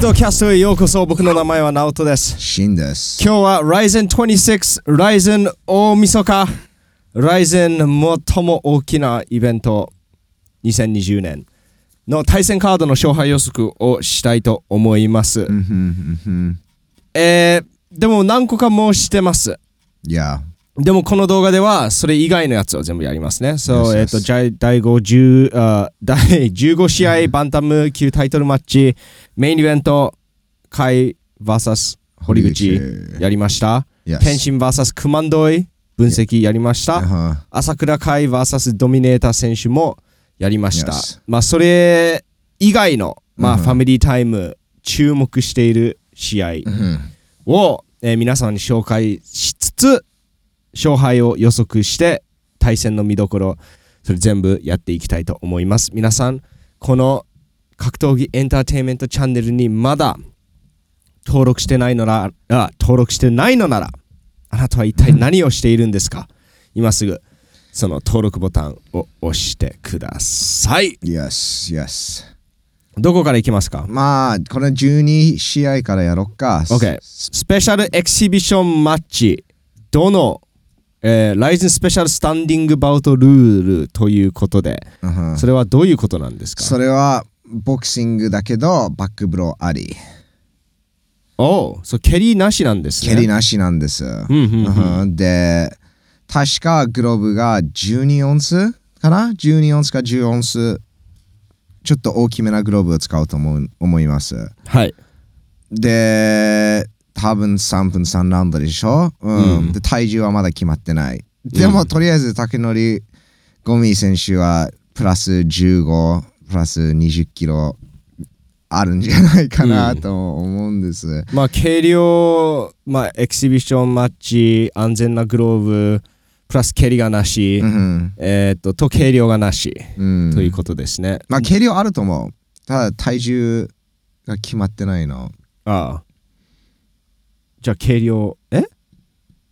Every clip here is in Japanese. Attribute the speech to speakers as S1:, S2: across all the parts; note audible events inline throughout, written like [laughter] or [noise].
S1: ドキャストへようこそ僕の名前はナオトです
S2: シンです。
S1: 今日は Ryzen26、Ryzen 大晦日、Ryzen 最も大きなイベント、2020年の対戦カードの勝敗予測をしたいと思います。
S2: うんふんふんふん
S1: えー、でも何個かもうしてます。
S2: いや、
S1: でもこの動画ではそれ以外のやつを全部やりますね。そう、
S2: Yes, yes.
S1: えっ、と、じゃい第5、10あ第15試合バンタム級タイトルマッチ、メインイベント、甲斐 VS 堀口やりました。
S2: Yes.
S1: 天心 VS クマンドイ分析やりました。
S2: あ
S1: 朝倉海 VS ドミネーター選手もやりました。
S2: Yes.
S1: まあそれ以外の、まあ、
S2: うんうん
S1: ファミリータイム注目している試合
S2: うん
S1: を、えー皆さんに紹介しつつ勝敗を予測して対戦の見どころそれ全部やっていきたいと思います。皆さんこの格闘技エンターテインメントチャンネルにまだ登録してないのなら、あ登録してないのなら、あなたは一体何をしているんですか今すぐ、その登録ボタンを押してください。
S2: Yes, yes.
S1: どこから行きますか
S2: まあ、この12試合からやろっか。
S1: OK。スペシャルエキシビションマッチ、どの、えー、ライズンスペシャルスタンディングバウトルールということで、
S2: うんふん
S1: それはどういうことなんですか
S2: それはボクシングだけど、バックブローあり。
S1: おう、そう、蹴りなしなんですね。
S2: 蹴りなしなんです。うん
S1: うん
S2: ふんで、確かグローブが12オンスかな ?12 オンスか10オンス。ちょっと大きめなグローブを使うと思う思います。
S1: はい。
S2: で、多分3分3ラウンドでしょ、うんで体重はまだ決まってない。でも、とりあえず竹則ゴミ選手はプラス15、プラス20キロあるんじゃないかなと思うんです。
S1: まあ、軽量、まあ、エキシビションマッチ、安全なグローブ、プラス蹴りがなし、
S2: うん
S1: えーっと、と軽量がなし、
S2: うん
S1: ということですね。
S2: まあ、軽量あると思う。ただ、体重が決まってないの。
S1: ああ。じゃあ、軽量、え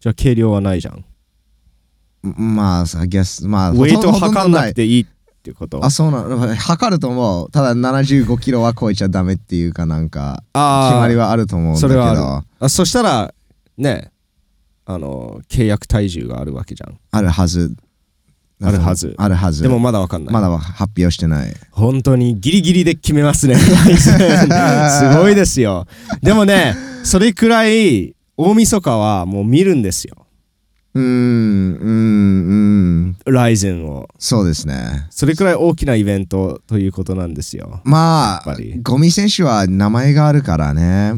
S1: じゃあ、軽量はないじゃん。
S2: まあ、さ、ゲス、まあ、
S1: ウェイト
S2: ほとんど
S1: 測んなくていいってこと
S2: あ、そうなの。測ると思う。ただ、75キロは超えちゃダメっていうかなんか。
S1: あ
S2: 決まり
S1: は
S2: はあると思うんだ
S1: そ
S2: け
S1: れ
S2: ど
S1: は
S2: あ
S1: あるあそしたらねあの契約体重があるわけじゃん
S2: るはず
S1: あるはず
S2: あるはず
S1: でもまだわかんない、
S2: まだは発表してない
S1: 本当にギリギリで決めます
S2: [laughs]
S1: ねすごいですよでもねそれくらい大晦日はもう見るんですよ
S2: うーんうーんうーん
S1: ライゼンを
S2: そうですね
S1: それくらい大きなイベントということなんですよ
S2: ま
S1: やっ
S2: あ
S1: ぱり
S2: ゴミ選手は名前があるからね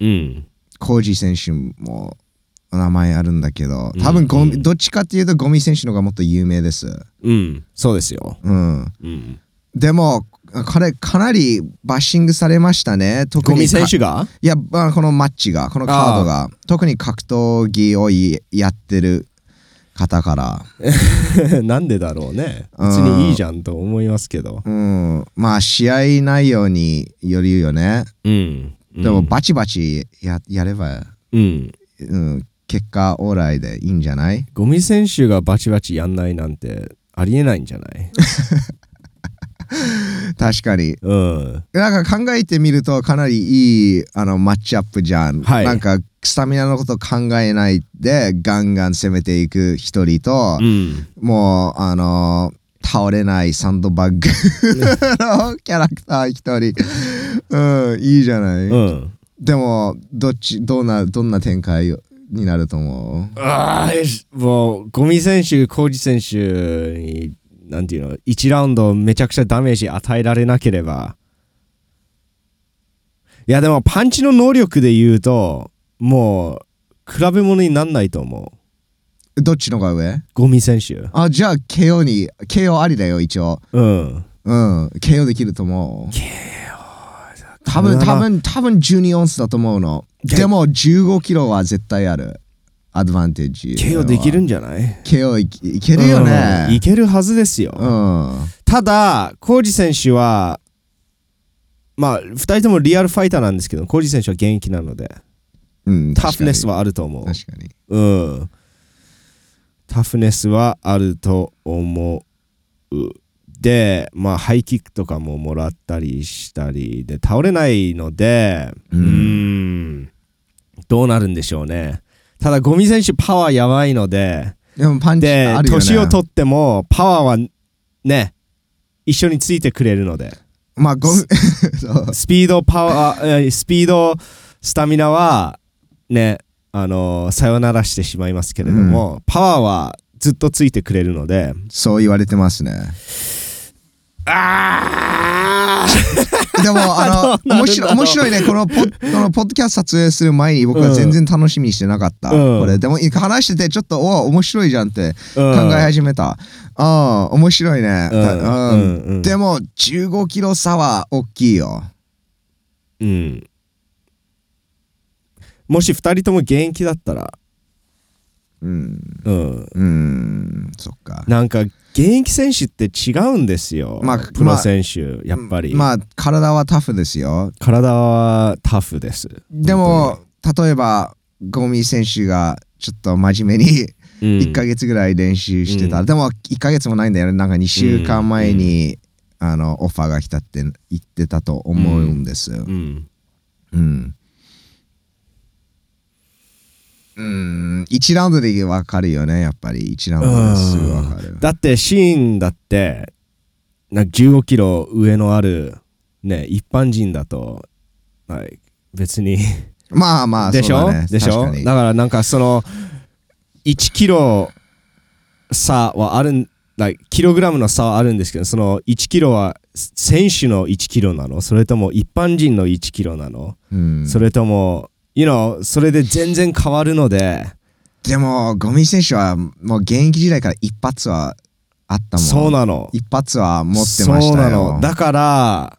S1: うん
S2: コージ選手も名前あるんだけど多分ゴミ、どっちかっていうとゴミ選手の方がもっと有名です
S1: うんそうですよ
S2: うん
S1: うん
S2: でも彼かなりバッシングされましたね特
S1: ゴ
S2: に
S1: ミ
S2: か
S1: 選手が [laughs]
S2: いや、まあ、このマッチが、このカードが、特に格闘技をいやってる方から、
S1: なんでだろうね
S2: うん
S1: 別にいいじゃんと思いますけど
S2: うん、まあ、試合内容によるよね。
S1: うん
S2: でも、バチバチややれば、
S1: うん
S2: うん、結果オーライでいいんじゃない
S1: ゴミ選手がバチバチやんないなんてありえないんじゃ
S2: [laughs]
S1: ない
S2: 確かに。
S1: うん。
S2: なんか考えてみると、かなりいいあのマッチアップじゃん。
S1: はい
S2: なんか、スタミナのこと考えないで、ガンガン攻めていく一人と、
S1: うん。
S2: もう、あのー倒れないサンドバッグ [laughs] のキャラクター一人。うん、いいじゃない。
S1: うん。
S2: でも、どっち、どんな、どんな展開になると思う
S1: ああ、よしもう、ゴミ選手、コージ選手に、なんていうの、1ラウンドめちゃくちゃダメージ与えられなければ。いや、でもパンチの能力で言うと、もう、比べ物になんないと思う。
S2: どっちのが上
S1: ゴミ選手。
S2: あ、じゃあ、KO に、KO ありだよ、一応。
S1: うん。
S2: うん、KO できると思う。KO 多分、多分、多分12オンスだと思うの。
S1: け
S2: でも、15キロは絶対ある。アドバンテージ。
S1: KO できるんじゃない
S2: ?KO いいけるよ
S1: うんい
S2: ね。
S1: けるはずですよ。
S2: うん。
S1: ただ、コージ選手は、まあ、2人ともリアルファイターなんですけど、コージ選手は現役なので、
S2: うん、
S1: タフネス
S2: は。
S1: はあると思
S2: 確かに。
S1: う。うん。タフネスはあると思う。で、まあ、ハイキックとかももらったりしたりで倒れないのでう
S2: うんん
S1: どうなるんでしょうねただゴミ選手パワーやばいので
S2: でもパンチ
S1: で、
S2: あるよね。
S1: 年を取ってもパワーはね一緒についてくれるので
S2: ま
S1: [laughs]
S2: あゴミそう
S1: スピードパワーえースピードスタミナはねあのーさよならしてしまいますけれども、パワーはずっとついてくれるので
S2: そう言われてますね。
S1: あ [laughs]
S2: でも、あ
S1: どうなる
S2: の、
S1: んだろう
S2: 面白い面白いね。このポッ、このポッドキャスト撮影する前に僕は全然楽しみにしてなかった。
S1: うん
S2: これ。でも、話してて、ちょっと、お面白いじゃんって
S1: 考
S2: 考え始めた。ああ、面白いね。
S1: うん
S2: うん
S1: うんうん
S2: でも、15キロ差は大きいよ。
S1: うんもし2人とも現役だったら
S2: うん。
S1: うん
S2: うん。そっか。
S1: なんか現役選手って違うんですよ、
S2: まあ
S1: プロ選手、やっぱり、
S2: まあ、体はタフですよ。
S1: 体はタフです
S2: でも、例えば、ゴミ選手が、ちょっと真面目に
S1: うん
S2: 1ヶ月ぐらい練習してた、
S1: うん
S2: でも1ヶ月もないんだよねなんか2週間前に、あのオファーが来たって言ってたと思うんですよ
S1: うん
S2: うんうん1ラウンドで分かるよねやっぱり1ラウンドですぐ分かる
S1: だってシーンだってなんか15キロ上のあるね一般人だと、はい、別に
S2: まあまあ
S1: でし
S2: そう
S1: ょ
S2: だね
S1: でしょ
S2: 確かに
S1: だからなんかその1キロ差はあるんだキログラムの差はあるんですけどその1キロは選手の1キロなのそれとも一般人の1キロなの、
S2: うん
S1: それとも you know それで全然変わるので
S2: でもゴミ選手はもう現役時代から一発はあったもん
S1: そうなの
S2: 一発は持ってましたよ
S1: そうなのだから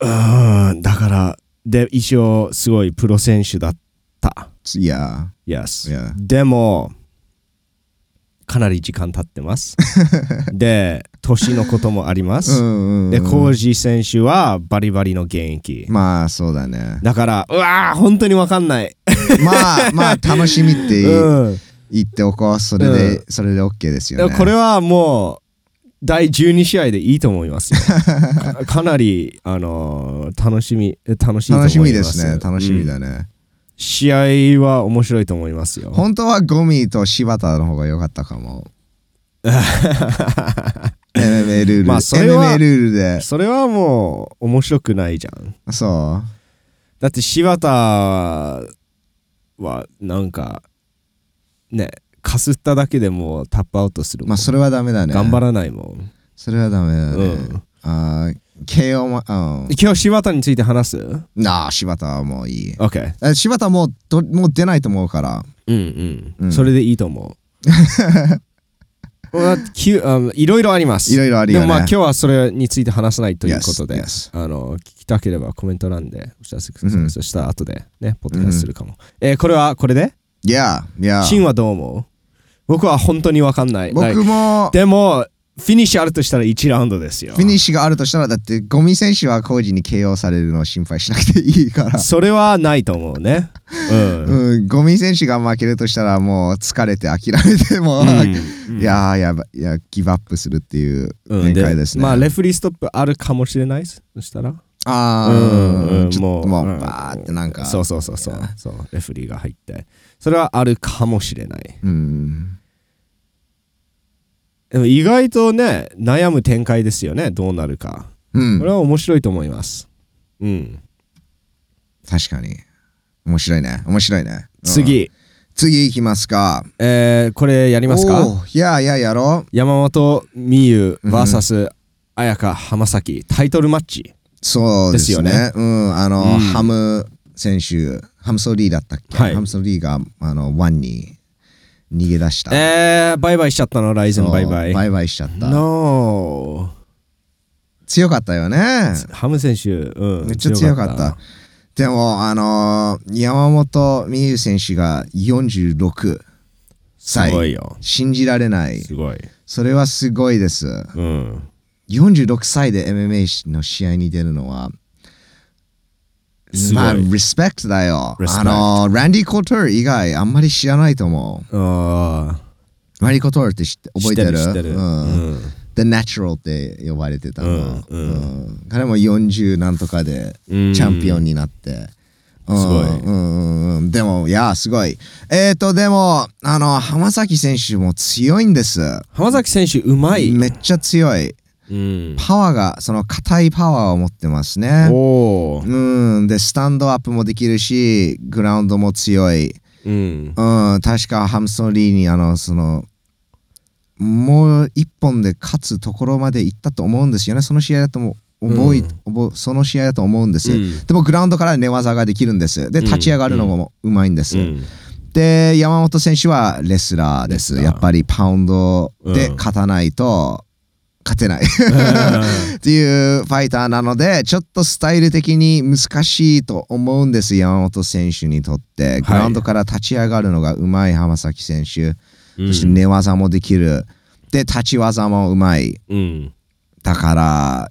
S1: うーんだからで一応すごいプロ選手だった
S2: いや
S1: Yes
S2: Yeah.
S1: でもかなり時間経ってます
S2: [laughs]
S1: で年のこともありま
S2: うん
S1: す、
S2: うん
S1: でコージ選手はバリバリの現役、
S2: まあそうだね
S1: だからうわー本当に分かんない、
S2: まあまあ楽しみって
S1: う
S2: 言
S1: ん
S2: 言っておこうそれで、
S1: う
S2: それで OK です
S1: だ
S2: よ
S1: から
S2: ね
S1: これはもう第12試合でいいと思い
S2: [laughs]
S1: ますよかかなり、あのー楽しみ楽しいと思います
S2: 楽しみですね楽しみ
S1: うん
S2: だね、
S1: 試合は面白いと思いますよ
S2: 本当はゴミと柴田の方が良かったかも MMA ルール、
S1: まあそれは
S2: MMA ルールで
S1: [laughs] それはもう面白くないじゃん
S2: そ
S1: だって柴田はなんかねかすっただけでもうタップアウトする
S2: う
S1: もん、
S2: まあそれはダメだね
S1: 頑張らないもん、
S2: それはダメだ
S1: う
S2: ね、
S1: ん、
S2: あー KO も、うん、
S1: 今日柴田について話す
S2: なあ柴田はもういい
S1: ?OK
S2: え柴田もうどもう出ないと思うから
S1: うんう
S2: うんん
S1: それでいいと思
S2: [laughs]
S1: ううわきゅあのいろいろあります
S2: いろいろあるよ
S1: で
S2: ね
S1: もまあ今日はそれについて話さないということで、
S2: Yes, yes.
S1: あの聞きたければコメント欄でお知らせください、
S2: うん
S1: そしたら後でねポッドキャストするかも、えーこれはこれで
S2: Yeah yeah
S1: シンはどう思う僕は本当に分かんない
S2: 僕も
S1: でも、フィニッシュあるとしたら1ラウンドですよ
S2: フィ。ニッシュがあるとしたらだってゴミ選手はコージに KO されるのを心配しなくていいから
S1: それはないと思うね。うん。うん
S2: [laughs] うん、ゴミ選手が負けるとしたらもう疲れて諦めても、いやーやばいやギブアップするっていう
S1: うん
S2: 展開ですね、
S1: まあ、レフェリーストップあるかもしれないですそしたら。
S2: あ
S1: うん
S2: ー
S1: うん
S2: ちょっと
S1: も
S2: も
S1: う
S2: う
S1: うん
S2: バーってなんか
S1: そうそうそうそう。そう、レフェリーが入って。それはあるかもしれない。
S2: うん
S1: でも意外とね、悩む展開ですよね、どうなるか。
S2: うん
S1: これは面白いと思います。うん。
S2: 確かに面白いね面白いね、うん
S1: 次、
S2: 次いきますか
S1: えーこれやりますか
S2: おーいやいややろう
S1: 山本美優 VS 綾香浜崎タイトルマッチ。
S2: そうですね
S1: ですよ
S2: うんあの、
S1: うん
S2: ハム選手ハムソリーだったっけ、
S1: はい
S2: ハムソリーがあのワンに逃げ出した、
S1: えー、バイバイしちゃったの、ライゼン
S2: そう
S1: バイバイ。
S2: バイバイしちゃった
S1: No
S2: 強かったよね
S1: ハム選手、うん、
S2: めっちゃ強かった。でも、あのー山本美優選手が46
S1: す
S2: 歳。
S1: ごいよ。
S2: 信じられない。
S1: すごい。
S2: それはすごいです。
S1: うん。
S2: 46歳で MMA の試合に出るのは、
S1: すごい
S2: まあ、リスペクトだよ。
S1: Respect
S2: あのーランディ・コートル以外、あんまり知らないと思う。
S1: あ
S2: マリコ・トールって知って覚えてる
S1: 知ってる知ってる
S2: うん
S1: うん
S2: The Natural って呼ばれてたの、
S1: うん
S2: うん彼も40なんとかでチャンピオンになって、うん
S1: すごい
S2: うんうんうんでもいやすごいえっ、ー、とでもあの浜崎選手も強いんです、
S1: 浜崎選手うまい、
S2: めっちゃ強い
S1: うん、
S2: パワーがその硬いパワーを持ってますね
S1: おー
S2: うんでスタンドアップもできるしグラウンドも強い
S1: うん
S2: うん、確かハムストリーにあのそのもう一本で勝つところまで行ったと思うんですよね。その試合だとも覚え、覚えその試合だと思うんです。
S1: うん
S2: でもグラウンドから寝技ができるんです。で
S1: うん
S2: 立ち上がるのもうまいんです。
S1: うん
S2: で山本選手はレスラーです。
S1: レスラー
S2: やっぱりパウンドで
S1: うん
S2: 勝たないと勝てない。っていうファイターなのでちょっとスタイル的に難しいと思うんです山本選手にとってグラウンドから立ち上がるのがうまい浜崎選手、そして寝技もできるで立ち技もうまい
S1: うん
S2: だから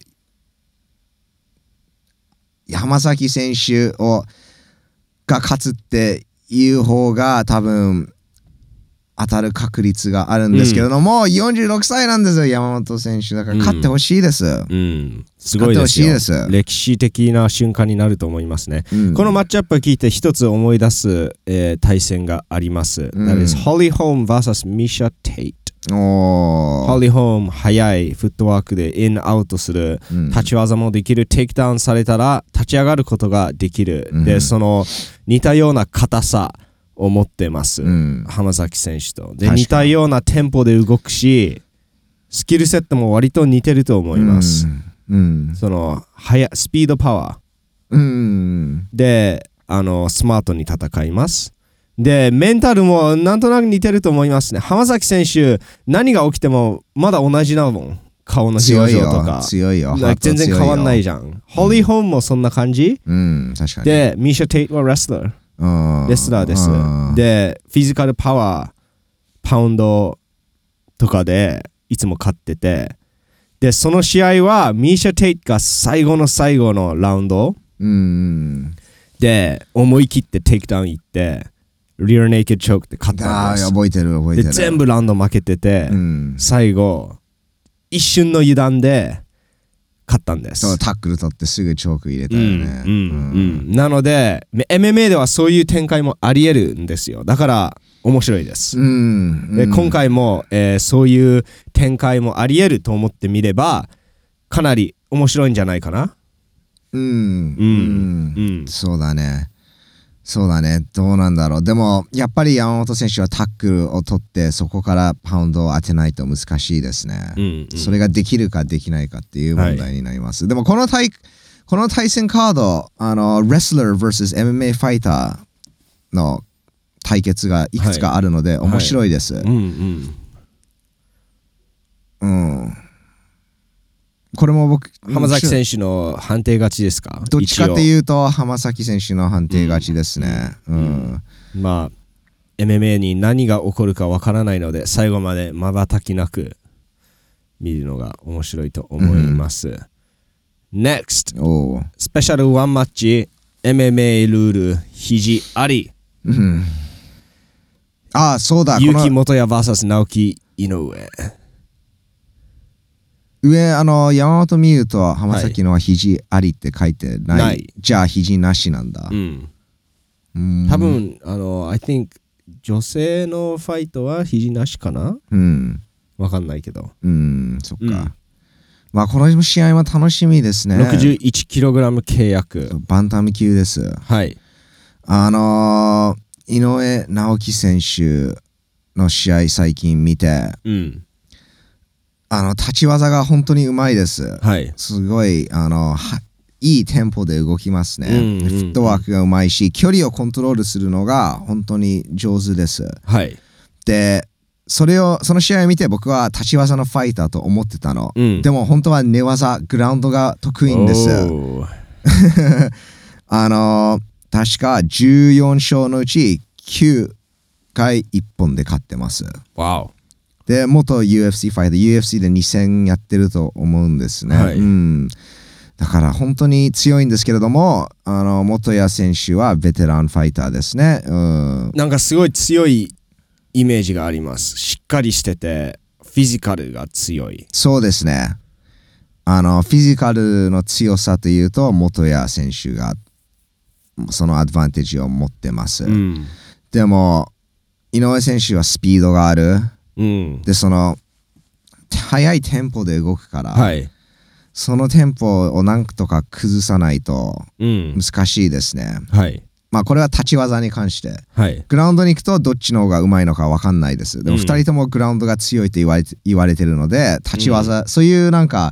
S2: 浜崎選手をが勝つっていう方が多分当たる確率があるんですけれども、46歳なんですよ山本選手だから勝ってほしいです、
S1: うんすごいですよ
S2: 勝ってほしいです
S1: 歴史的な瞬間になると思いますね、
S2: うん
S1: このマッチアップを聞いて一つ思い出す、えー対戦があります、
S2: うん
S1: That is Holly Holm vs Misha Tate
S2: お
S1: ホ
S2: ー
S1: リーホーム速いフットワークでインアウトする
S2: うん
S1: 立ち技もできるテイクダウンされたら立ち上がることができる、
S2: うん
S1: でその似たような硬さを持ってます、
S2: うん
S1: 浜崎選手と
S2: 確
S1: で
S2: かに
S1: 似たようなテンポで動くしスキルセットも割と似てると思います、
S2: うん
S1: その速スピードパワー
S2: うん
S1: であのスマートに戦いますでメンタルもなんとなく似てると思いますね浜崎選手何が起きてもまだ同じなもん顔の表情
S2: 強い
S1: と
S2: よ
S1: か
S2: 強いよ
S1: なんか全然変わんないじゃんホリー・ホームもそんな感じ、
S2: うん確かに
S1: でミシャ・テイトはレスラー
S2: うん
S1: レスラーです
S2: うん
S1: でフィジカルパワーパウンドとかでいつも勝っててでその試合はミーシャ・テイトが最後の最後のラウンド
S2: うん
S1: で思い切ってテイクダウン行ってリアネイケッドチョークで勝ったん
S2: あ
S1: で
S2: ー
S1: す
S2: 覚えてる覚え
S1: で
S2: てる
S1: 全部ラウンド負けてて、
S2: うん
S1: 最後一瞬の油断で勝ったんです
S2: そうタックル取ってすぐチョーク入れた
S1: う
S2: よ
S1: ん
S2: ね
S1: うんうんなので MMA ではそういう展開もありえるんですよだから面白いです、
S2: うん
S1: で
S2: うん
S1: 今回も、えーそういう展開もありえると思ってみればかなり面白いんじゃないかな
S2: うん
S1: う
S2: うん
S1: うん
S2: そうだねそうだねどうなんだろうでもやっぱり山本選手はタックルを取ってそこからパウンドを当てないと難しいですね
S1: うんうん
S2: それができるかできないかっていう問題になります。でもこの対この対戦カード、あの、レスラー vs MMA ファイターの対決がいくつかあるので、
S1: い
S2: 面白いです、
S1: うんうん
S2: うん。これも僕、
S1: 浜崎選手の判定勝ちですか
S2: どっちかって
S1: う
S2: いうと、浜崎選手の判定勝ちですね。うん。
S1: まあ MMA に何が起こるかわからないので最後までまばたきなく見るのが面白いと思います、NEXT
S2: おう
S1: スペシャルワンマッチ MMA ルール肘あり
S2: うん。ああ、そうだ、こ
S1: 結城
S2: の
S1: 元也 VS 直樹井上
S2: 上、あの、山本美優と浜崎のは肘ありって書いてない。
S1: ない
S2: じゃあ、肘なしなんだ
S1: う。ん
S2: うん
S1: 多分あの I think 女性のファイトは肘なしかな
S2: うん。
S1: わかんないけど、
S2: うん、そっか。
S1: うん
S2: まあ、この試合も楽しみですね。
S1: 61kg 契約
S2: バンタム級です。
S1: はい
S2: あのー、井上直樹選手の試合最近見て、
S1: うん
S2: あの、立ち技が本当にうまいです。
S1: はい
S2: すごい、あの、はいいテンポで動きますね。
S1: うんうんうん
S2: フットワークがうまいし、距離をコントロールするのが本当に上手です。
S1: はい
S2: で、それを、その試合を見て僕は立ち技のファイターと思ってたの。
S1: うん
S2: でも本当は寝技、グラウンドが得意んです。
S1: おー
S2: [laughs] あのー確か14勝のうち9回1本で勝ってます。
S1: わお
S2: で、元 UFC ファイター、UFC で2戦やってると思うんですね。
S1: はい
S2: うん。だから本当に強いんですけれども、あの、元谷選手はベテランファイターですね。うん。
S1: なんかすごい強いイメージがあります。しっかりしてて、フィジカルが強い。
S2: そうですね。あの、フィジカルの強さというと、元谷選手がそのアドバンテージを持ってます。
S1: うん。
S2: でも、井上選手はスピードがある。
S1: うん。
S2: で、その、速いテンポで動くから、
S1: はい。
S2: そのテンポをなんとか崩さないと
S1: うん。
S2: 難しいですね。
S1: はい。
S2: まあ、これは立ち技に関して。
S1: はい。
S2: グラウンドに行くとどっちの方がうまいのか分かんないです。でも
S1: うん
S2: 2人ともグラウンドが強いと言われて言われてるので、立ち技、そういうなんか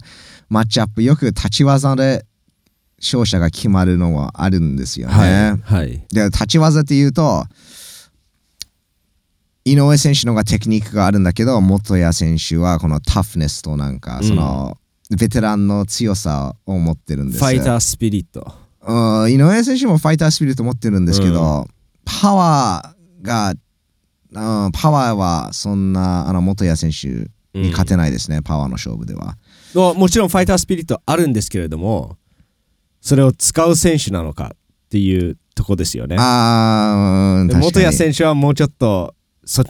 S2: マッチアップ、よく立ち技で勝者が決まるのはあるんですよね。
S1: はい。はい。
S2: で、立ち技っていうと、井上選手の方がテクニックがあるんだけど、元谷選手はこのタフネスとなんか、その、ベテランの強さを持ってるんで
S1: フ
S2: す
S1: ァイタースピリット。
S2: うん井上選手もファイタースピリット持ってるんですけど、パワーが、うん、パワーはそんなあの元谷選手に勝てないですね、パワーの勝負では。
S1: のもちろんファイタースピリットあるんですけれどもそれを使う選手なのかっていうとこですよね
S2: あー、うん、
S1: で
S2: 確かに
S1: 元谷選手はもうちょっとそ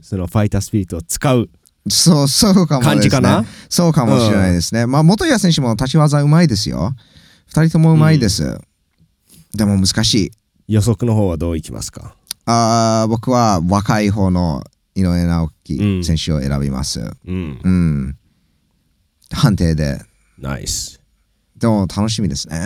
S1: そのファイタースピリットを使う
S2: そう、そうかもです、ね、
S1: 感じかな
S2: そうかもしれないですね。まあ、元谷選手も立ち技うまいですよ。二人ともうまいです。でも難しい。
S1: 予測の方はどういきますか
S2: あー僕は若い方の井上直樹選手を選びます。
S1: うん
S2: うん、判定で。
S1: ナイス
S2: でも楽しみですね。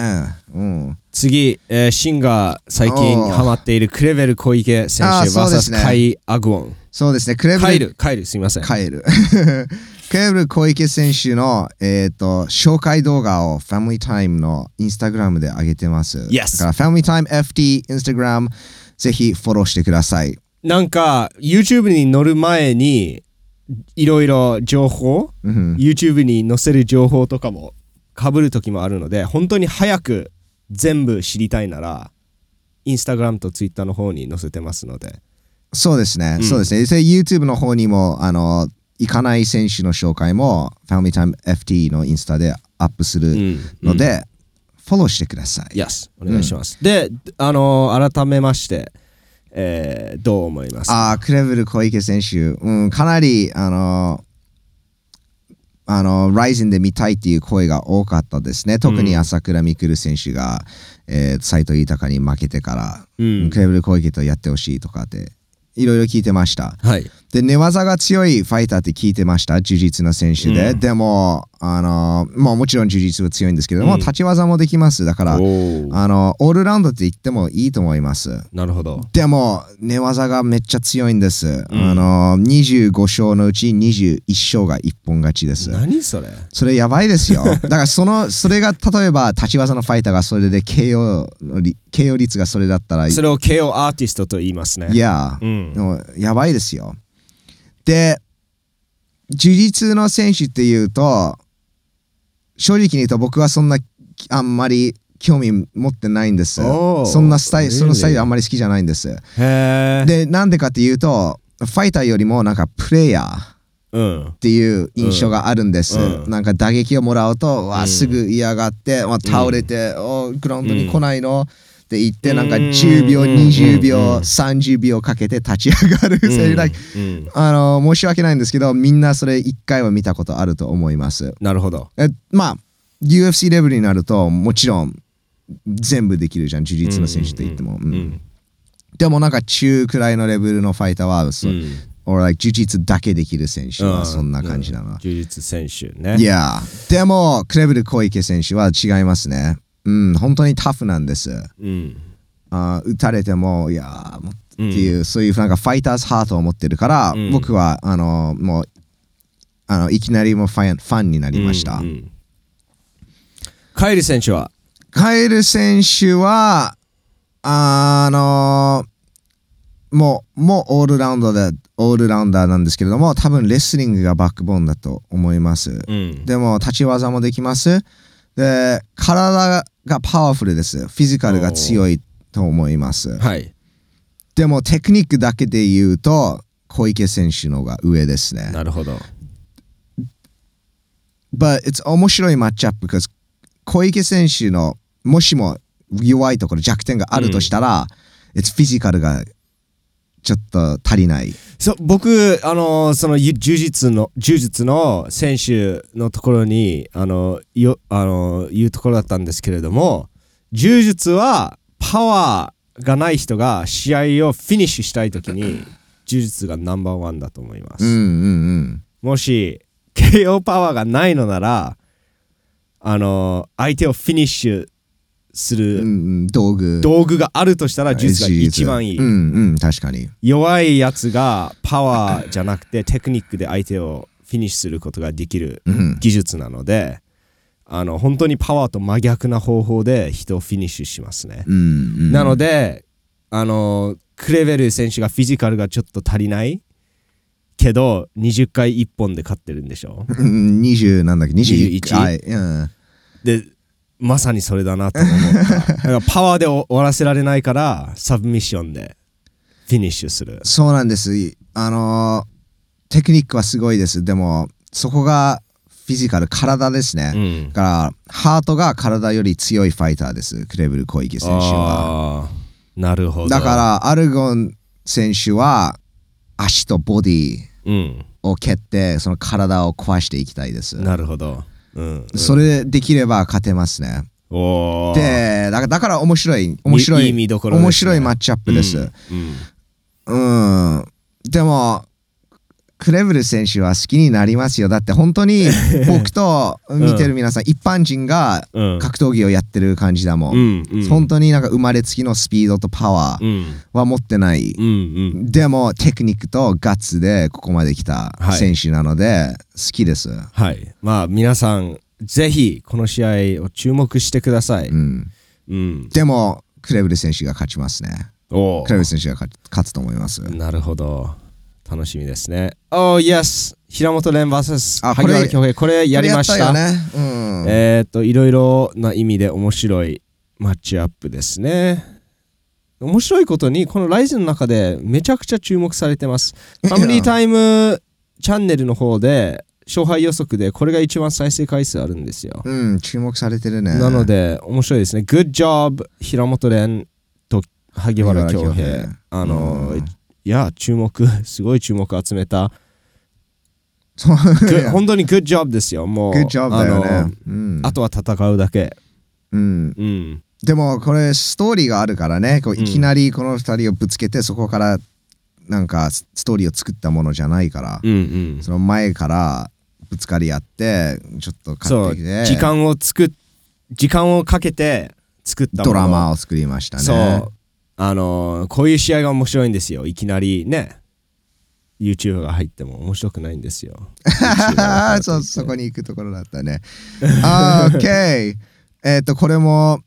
S2: うん。
S1: 次、えーシンガー最
S2: お
S1: 近
S2: ー
S1: ハマっているクレベル小池選
S2: あー
S1: 手
S2: そうです
S1: VS、
S2: ね
S1: カイ・アグオン
S2: そうですね。クレブル。
S1: カイルカイルすみません
S2: カエル。 [laughs] クレブル小池選手の、えっ、と、紹介動画をファミリータイムのインスタグラムで上げてます。
S1: Yes
S2: だから、ファミリータイム FT、インスタグラム、ぜひフォローしてください。
S1: なんか YouTube に載る前にいろいろ情報
S2: うん
S1: YouTube に載せる情報とかも被る時もあるので本当に早く全部知りたいなら Instagram と Twitter の方に載せてますので
S2: そうですね。そうですね。それ YouTube の方にも、あの、行かない選手の紹介も、ファミリータイム FT のインスタでアップするので、フォローしてください。
S1: Yes お願いします、であのー改めまして、えーどう思います
S2: ああ、クレブル小池選手、うん、かなり、あのーあのー、ライゼンで見たいっていう声が多かったですね。特に朝倉未来選手が、えー、斉藤豊に負けてから、
S1: うん
S2: クレブル小池とやってほしいとかって、いろいろ聞いてました。
S1: はい
S2: で、寝技が強いファイターって聞いてました、柔術の選手で。でも、あのーまあもちろん柔術は強いんですけども、立ち技もできます。だから、
S1: お
S2: あの、オールラウンドって言ってもいいと思います。
S1: なるほど
S2: でも寝技がめっちゃ強いんです、あの25勝のうち21勝が一本勝ちです
S1: 何それ
S2: それやばいです
S1: [laughs]
S2: よだからそのそれが例えば立ち技のファイターがそれで KO, のり KO 率がそれだったらい
S1: それを KO アーティストと言いますね
S2: や、
S1: うん
S2: でもやばいですよで呪術の選手っていうと正直に言うと僕はそんなあんまり興味持ってないんです
S1: おー
S2: そんなスタイル、そのスタイル
S1: Really？
S2: あんまり好きじゃないんです
S1: へえ
S2: [laughs] で、なんでかっていうと、ファイターよりもなんかプレイヤーっ
S1: うん
S2: ていう印象があるんです。
S1: うん
S2: なんか打撃をもらうと、わあすぐ嫌がって、まあ、倒れて、おーグラウンドに来ないの、って言って、なんか10秒、
S1: うん
S2: 20秒、
S1: うん
S2: 30秒かけて立ち上がる。そういうなんか
S1: うん
S2: あの申し訳ないんですけど、みんなそれ1回は見たことあると思います。
S1: なるほど
S2: えまあ UFC レベルになるともちろん全部できるじゃん呪術の選手と言っても、うん
S1: ん
S2: でもなんか中くらいのレベルのファイターはそう、
S1: うん
S2: or like 呪術だけできる選手
S1: う
S2: は
S1: ん
S2: そんな感じだな、
S1: 柔術選手ね
S2: いやでもクレベル小池選手は違いますねうん本当にタフなんです
S1: うん
S2: あー打たれてもいやーもうって
S1: うん
S2: いう、そういうなんかファイターズハートを持ってるから、
S1: ん
S2: 僕はあのもうあのいきなりもうファンファンになりました、
S1: うんうんカイル選手は
S2: カエル選手は、あのもう、もうオールラウンドで、オールラウンダーなんですけれども、多分レスリングがバックボーンだと思います。
S1: うん
S2: でも、立ち技もできます。で、体がパワフルです。フィジカルが強いと思います。
S1: はい
S2: でも、テクニックだけで言うと、小池選手の方が上ですね。
S1: なるほど
S2: But it's 面白いマッチアップ because 小池選手のもしも弱いところ弱点があるとしたら、it's フィジカルがちょっと足りない。
S1: そう僕、あのーそのゆ柔術の柔術の選手のところに、あのーよあのー言うところだったんですけれども柔術はパワーがない人が試合をフィニッシュしたいときに柔術がナンバーワンだと思います、
S2: うんうん
S1: もし KO パワーがないのならあのー相手をフィニッシュす
S2: うんう
S1: る
S2: んうん道具
S1: 道具があるとしたら柔術が
S2: シリーズ
S1: 一番いい、
S2: うんうん確かに
S1: 弱いやつがパワーじゃなくてテクニックで相手をフィニッシュすることができる
S2: うん
S1: 技術なのであの本当にパワーと真逆な方法で人をフィニッシュしますね、
S2: うんうん
S1: なのであのクレベル選手がフィジカルがちょっと足りないけど20回1本で勝ってるんでしょ
S2: うん20なんだっけ
S1: 21
S2: 21はいうん
S1: でまさにそれだ [laughs] なと思っただからパワーで終わらせられないからサブミッションでフィニッシュする
S2: そうなんです。あのーテクニックはすごいです。でも、そこがフィジカル、体ですね。
S1: ん
S2: だから、ハートが体より強いファイターです。クレブル小池選手
S1: あ
S2: は。
S1: ーなるほど
S2: だから、アルゴン選手は足とボディ
S1: うん
S2: を蹴って、その体を壊していきたいです。
S1: なるほどうん
S2: それできれば勝てますね。
S1: おー
S2: で、だからだから面白い、面白
S1: いい
S2: い、
S1: い見どころですね
S2: 面白いマッチアップです。
S1: うん
S2: うん。でも、クレブル選手は好きになりますよ。だって本
S1: [laughs]
S2: 当に僕と見てる皆さん、一般人が
S1: うん
S2: 格闘技をやってる感じだもん。
S1: うんうん
S2: 本当になんか生まれつきのスピードとパワ
S1: う
S2: ー
S1: ん
S2: は持ってない。
S1: うんうん
S2: でもテクニックとガッツでここまで来た
S1: はい
S2: 選手なので好きです。
S1: はいまあ皆さんぜひこの試合を注目してください
S2: うん、
S1: うん
S2: でもクレブル選手が勝ちますね。
S1: おー
S2: クレブル選手が勝勝つと思います。
S1: なるほど楽しみですねおーイエス平本蓮 VS
S2: あ
S1: 萩
S2: これ
S1: 原恭平これやりまし
S2: や
S1: た
S2: ったよね。うん。
S1: えっ、と、いろいろな意味で面白いマッチアップですね。面白いことに、このライズの中でめちゃくちゃ注目されてます。ファミリータイムチャンネルの方で、勝敗予測でこれが一番再生回数あるんですよ。
S2: うん、注目されてるね。
S1: なので、面白いですね。Good job! 平本蓮と萩原恭
S2: 萩
S1: 平
S2: 原恭平。
S1: あの
S2: うん
S1: いや、注目、すごい注目集め
S2: [laughs]
S1: た。
S2: そ
S1: [laughs]
S2: う、
S1: ぐ本当に Good job ですよ。もう、
S2: [laughs] Good job だ
S1: あ
S2: よ
S1: の
S2: ね。うん
S1: あとは戦うだけ。
S2: うん、
S1: うん。
S2: でもこれストーリーがあるからねこう
S1: うん
S2: いきなりこの2人をぶつけてそこからなんかスストーリーを作ったものじゃないから、
S1: うんうん。
S2: その前からぶつかり合ってちょっと
S1: そ
S2: 勝
S1: う
S2: ってきて
S1: 時間を作っ時間をかけて作ったもの
S2: ドラマを作りましたね [laughs]
S1: そうあのーこういう試合が面白いんですよいきなりね YouTube が入っても面白くないん
S2: [laughs]
S1: ですよ YouTuber だからといって
S2: そうそこに行くところだったねあー OK [laughs] えっとこれも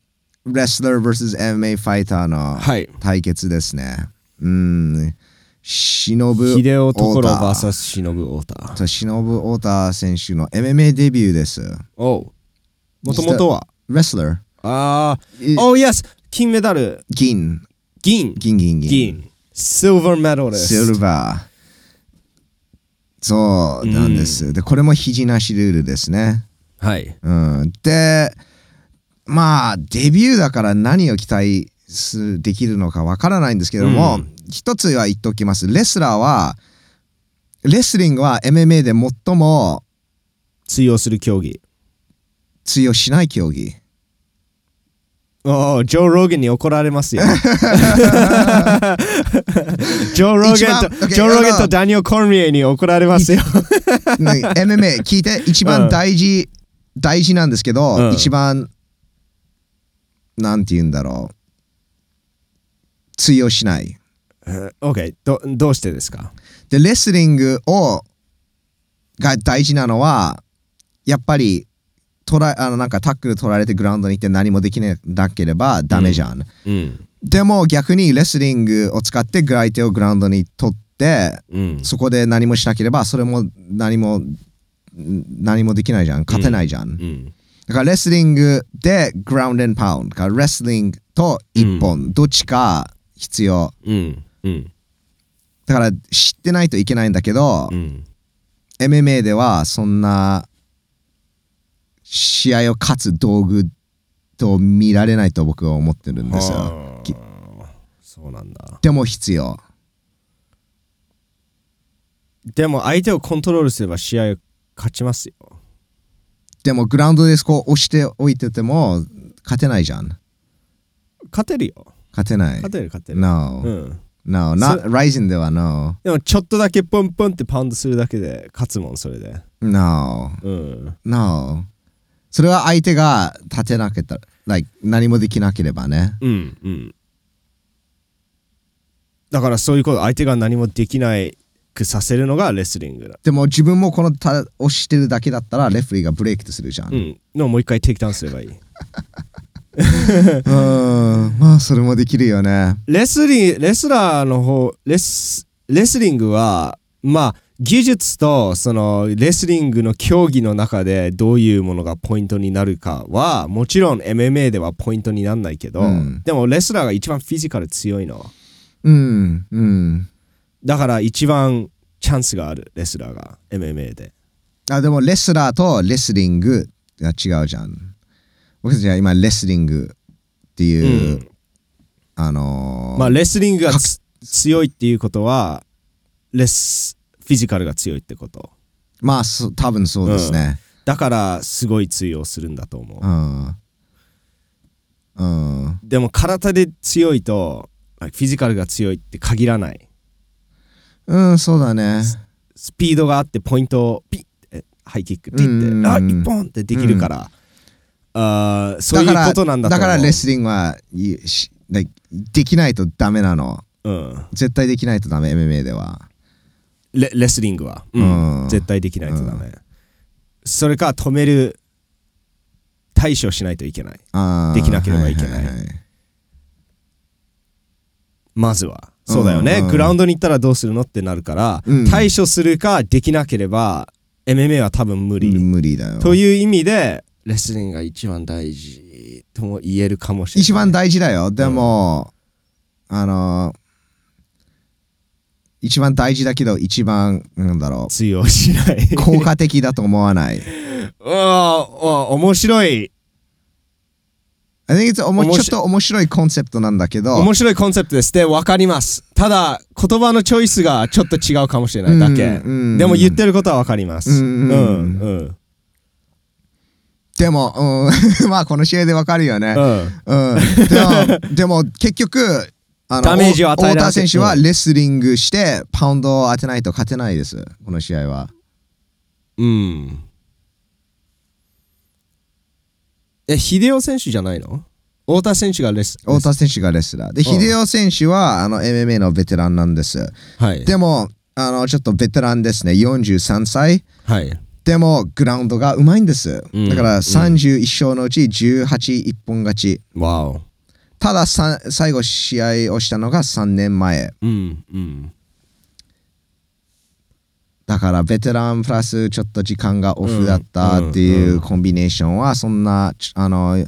S2: レスラー VSMA ファイターの
S1: はい
S2: 対決ですねうん忍ぶ
S1: 秀夫所
S2: 太田
S1: VS 忍太田
S2: と忍ぶ太田選手の MMA デビューです。
S1: おうもともとは
S2: レスラ
S1: ああ
S2: ー。
S1: おうイエス金メダル
S2: 銀。
S1: 銀
S2: 銀銀銀。
S1: 銀シルバーメダルです
S2: シルバー。そうなんです。で、これも肘なしルールですね。
S1: はい
S2: うん。で、まあ、デビューだから何を期待すできるのかわからないんですけども、
S1: うん
S2: 一つは言っておきます。レスラーは、レスリングは MMA で最も
S1: 通用する競技
S2: 通用しない競技。
S1: おお、ジョー・ローゲンに怒られます
S2: [laughs]
S1: よ。 [laughs] ジョー・ローゲン
S2: 一
S1: と、
S2: 番
S1: ジョー・ローゲン
S2: okay
S1: とダニオ・コルミエに怒られます [laughs] よ。
S2: ね
S1: [laughs]
S2: MMA 聞いて一番大事、大事なんですけど、
S1: うん
S2: 一番なんて言うんだろう通用しない
S1: OK、ど、どうしてですか
S2: でレスリングをが大事なのはやっぱりトラあのなんかタックル取られてグラウンドに行って何もできなければダメじゃん、
S1: うん。
S2: でも逆にレスリングを使って相手をグラウンドに取って
S1: うん。
S2: そこで何もしなければそれも何もん何もできないじゃん勝てないじゃん
S1: うん。
S2: だからレスリングでグラウンド d パウンドかレスリングと一本、どっちか必要
S1: うん。うん。
S2: だから知ってないといけないんだけど、
S1: うん。
S2: MMA ではそんな試合を勝つ道具と見られないと僕は思ってるんですよ
S1: そうなんだ。
S2: でも必要
S1: でも相手をコントロールすれば試合勝ちますよ。
S2: でもグラウンドでそこ押しておいてても勝てないじゃん。
S1: 勝てるよ。
S2: 勝てない。
S1: 勝てる勝てる。
S2: No.
S1: うん。
S2: No. Not Ryzen では No.
S1: でもちょっとだけポンポンってパウンドするだけで勝つもん、それで。
S2: No.
S1: うん。
S2: No. それは相手が立てなけた、like、何もできなければね。
S1: うんうん。だからそういうこと、相手が何もできないくさせるのがレスリングだ。
S2: でも自分もこのた押してるだけだったらレフェリーがブレイクとするじゃん。
S1: う。
S2: うん
S1: のもう一回テイクダウンすればいい。
S2: ーんまあそれもできるよね。
S1: レスリンレスラーの方レスレスリングはまあ技術とそのレスリングの競技の中でどういうものがポイントになるかはもちろん MMA ではポイントにならないけど、
S2: うん
S1: でもレスラーが一番フィジカル強いの
S2: うんうん。
S1: だから一番チャンスがあるレスラーが MMA で
S2: あでもレスラーとレスリングが違うじゃん。僕たちは今レスリングってい
S1: う
S2: う、
S1: ん
S2: あのー
S1: まあレスリングが
S2: か
S1: つ強いっていうことはレスフィジカルが強いってこと
S2: まあそ多分そうですね。
S1: だからすごい通用するんだと思う
S2: うん。うん。
S1: でも体で強いと like フィジカルが強いって限らない
S2: うん、そうだね。
S1: スピードがあってポイントをピッてハイキックピ
S2: う
S1: ッ
S2: ん
S1: てあ一本ってできるから、あーそうい
S2: だ
S1: う
S2: から
S1: ことなんだと
S2: だ
S1: 思う
S2: からレスリングはいし like できないとダメなの。
S1: うん、
S2: 絶対できないとダメ、MMA では。
S1: レレスリングは、うん
S2: うん
S1: 絶対できないとダメ、それか止める対処しないといけない
S2: あー
S1: できなければいけない
S2: ははは
S1: まずはそうだよね、
S2: うんうん
S1: グラウンドに行ったらどうするのってなるから、
S2: うん
S1: 対処するかできなければ MMA は多分無理、
S2: 無理だよ。
S1: という意味でレスリングが一番大事とも言えるかもしれない
S2: 一番大事だよ。でも、あの、一番大事だけど、一番、なんだ
S1: [laughs]
S2: ろ、
S1: 通用しないう
S2: 効果的だと思わない。
S1: [laughs] うわあうわあ面白い
S2: I think it's おも
S1: 面白い
S2: ちょっと面白いコンセプトなんだけど、
S1: 面白いコンセプトですで分かりますただ言葉のチョイスがちょっと違うかもしれないだけ、
S2: うんうん
S1: でも言ってることは分かります
S2: うん
S1: うんうん
S2: でも、うん、 [laughs] まあこの試合でわかるよね。
S1: うん
S2: うん。でも、でも結局、あの
S1: ダメージを与えられて
S2: 太田選手はレスリングして、パウンドを当てないと勝てないです、この試合は。
S1: うんえ秀夫選手じゃないの太田選手がレス
S2: 太田選手がレスラー。
S1: う
S2: で、
S1: ん
S2: 秀夫選手は、あの、MMA のベテランなんです。
S1: はい
S2: でも、あの、ちょっとベテランですね。43歳。
S1: はい
S2: でも、グラウンドがうまいんです。
S1: うん
S2: だから、31勝のうち18、一本勝ち。
S1: わお
S2: ただ、さん最後試合をしたのが3年前。
S1: うんうん
S2: だから、ベテランプラスちょっと時間がオフだった
S1: うん
S2: ってい
S1: んう
S2: うコンビネーションは、そんな、ちあの、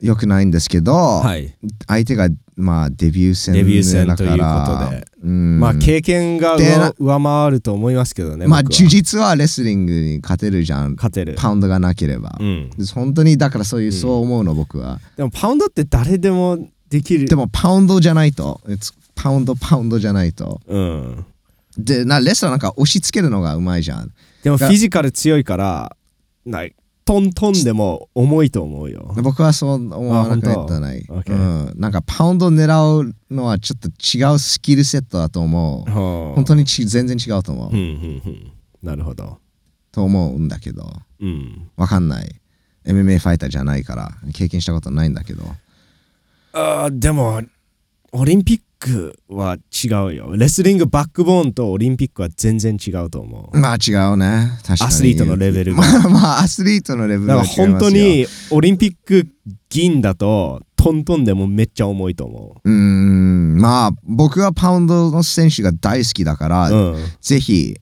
S2: 良くないんですけど、
S1: はい
S2: 相手が、まあ、デビュー戦
S1: デビュー戦
S2: だ
S1: と
S2: か
S1: いう
S2: ら
S1: ことで
S2: うん
S1: まあ経験が
S2: でな
S1: 上上回ると思いますけどね。
S2: まあ、
S1: 僕は
S2: 呪術はレスリングに勝てるじゃん。
S1: 勝てる。
S2: パウンドがなければ
S1: う。ん。
S2: 本当にだからそういう、そう思うの僕は。
S1: でもパウンドって誰でもできる。
S2: でもパウンドじゃないと。It's- パウンドパウンドじゃないと。
S1: うん。
S2: で、なレスラーなんか押し付けるのがうまいじゃん。
S1: でもフィジカル強いから、ない。トントンでも重いと思うよ。
S2: 僕はそう思わなくなったない。
S1: あ本当
S2: うん、なんかパウンド狙うのはちょっと違うスキルセットだと思う。
S1: 本
S2: 本当にち全然違うと思う。
S1: うんうんうん。なるほど。
S2: と思うんだけど。
S1: うん。
S2: わかんない。MMA ファイターじゃないから経験したことないんだけど。
S1: あーでも、オリンピックは違うよ。レスリングバックボーンとオリンピックは全然違うと思う。
S2: まあ違うね。確かに。
S1: アスリートのレベルが。
S2: [laughs] まあまあアスリートのレベル
S1: だ
S2: は
S1: から
S2: 違い
S1: 本
S2: ますよ
S1: 当にオリンピック銀だとトントンでもめっちゃ重いと思
S2: うーんまあ僕はパウンドの選手が大好きだから、
S1: う。うん。
S2: ぜひ、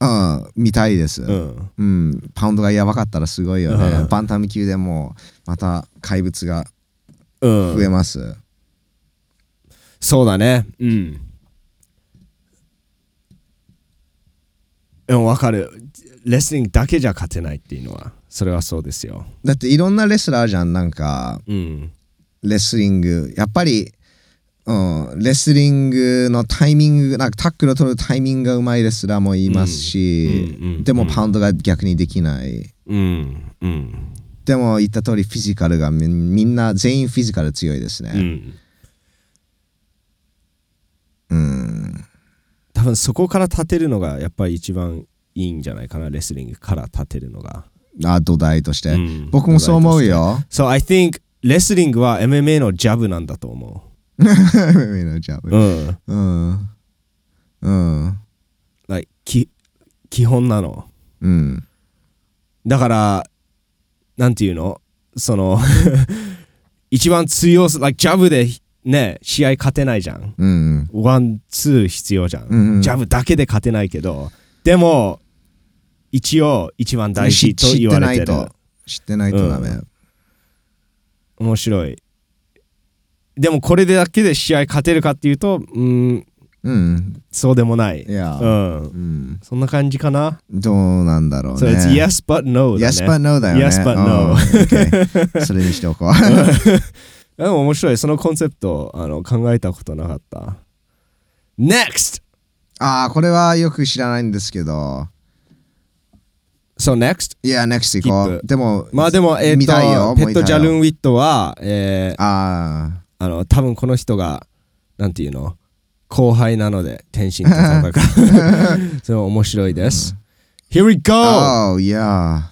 S2: うん、見たいです、う
S1: うんん。
S2: パウンドがやばかったらすごいよね、
S1: うん
S2: バンタム級でもまた怪物が
S1: うん
S2: 増えます、
S1: そうだね。うん。でも分かる。レスリングだけじゃ勝てないっていうのは、それはそうですよ。
S2: だっていろんなレスラーじゃんなんか
S1: うん。
S2: レスリングやっぱり、うん、レスリングのタイミングなんかタックルを取るタイミングがうまいレスラーもいますし、
S1: うんうんうん
S2: でもパウンドが逆にできない
S1: うんうん
S2: でも言った通りフィジカルがみみんな全員フィジカル強いです
S1: う
S2: ね
S1: ん
S2: うん、
S1: 多分そこから立てるのがやっぱり一番いいんじゃないかなレスリングから立てるのが、
S2: あ土台として、
S1: うん
S2: 僕もそう思うよ
S1: So I think レスリングは MMA のジャブなんだと思
S2: [laughs] みんなジャ
S1: う、
S2: ブ
S1: うん、
S2: うんうん、
S1: like き基本なの
S2: うん
S1: だからなんていうのその [laughs] 一番強す、like、ジャブでね試合勝てないじゃん
S2: うん
S1: ワンツー必要じゃん、
S2: うんうん
S1: ジャブだけで勝てないけどでも一応一番大事
S2: し
S1: と言われて
S2: 知って
S1: る
S2: ないと知ってないとダメ、
S1: うん面白いでもこれでだけで試合勝てるかっていうとうーん
S2: うん
S1: そうでもない
S2: いや、
S1: うん
S2: うん
S1: そんな感じかな、
S2: どうなんだろう
S1: So
S2: ね
S1: it's yes but no だ
S2: Yes
S1: ね
S2: but no だよね
S1: Yes but no
S2: うん OK それにしてお
S1: [laughs]
S2: こう
S1: でも面白いそのコンセプトあの考えたことなかった NEXT!
S2: ああこれはよく知らないんですけど
S1: So next?
S2: いや NEXT 行こ
S1: キッ
S2: う
S1: プ
S2: でも
S1: まあでも、えっ
S2: 見
S1: と、
S2: たいよ
S1: ペット・ジャル
S2: ン
S1: ン・ウィットは、えー、
S2: あ
S1: あの、多分この人が、なんていうの、後輩なので、天心と戦うから。
S2: [laughs]
S1: それも面白いです。Here we
S2: あ
S1: go!
S2: Oh yeah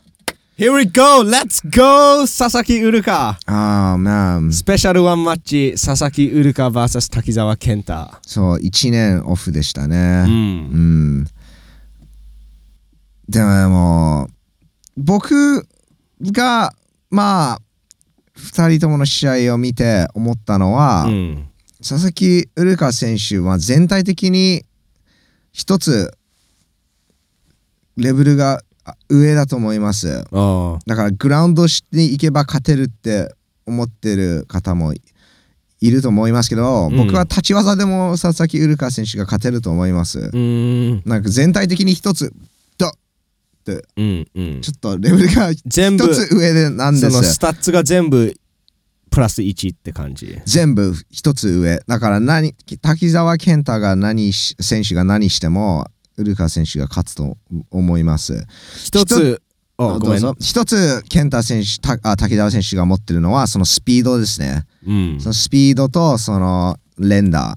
S1: Here we go! Let's go! 佐々木ウルカ
S2: Oh man
S1: スペシャルワンマッチ、佐々木ウルカ VS 滝沢健太。
S2: そう1年オフでした
S1: う。
S2: ねうんんでも僕がまあ2人ともの試合を見て思ったのは、
S1: うん。
S2: 佐々木ウルカ選手は全体的に一つレベルがあ上だと思います
S1: あ
S2: だからグラウンドに行けば勝てるって思ってる方もいいると思いますけど、
S1: うん
S2: 僕は立ち技でも佐々木ウルカ選手が勝てると思います、
S1: ーうん。
S2: なんか全体的に一つドッ
S1: うん。うん。
S2: ちょっとレベルが一
S1: 全部、そ
S2: つ上でなんで
S1: の
S2: す
S1: スタッツが全部、プラス1って感じ。
S2: 全部一つ上だから何滝沢健太が何し選手が何してもウルカ選手が勝つと思います
S1: 一つ、あ、ご
S2: どう
S1: めん。
S2: ぞ一つ健太選手たあ滝沢選手が持ってるのはそのスピードですね、
S1: うん
S2: そのスピードとその連打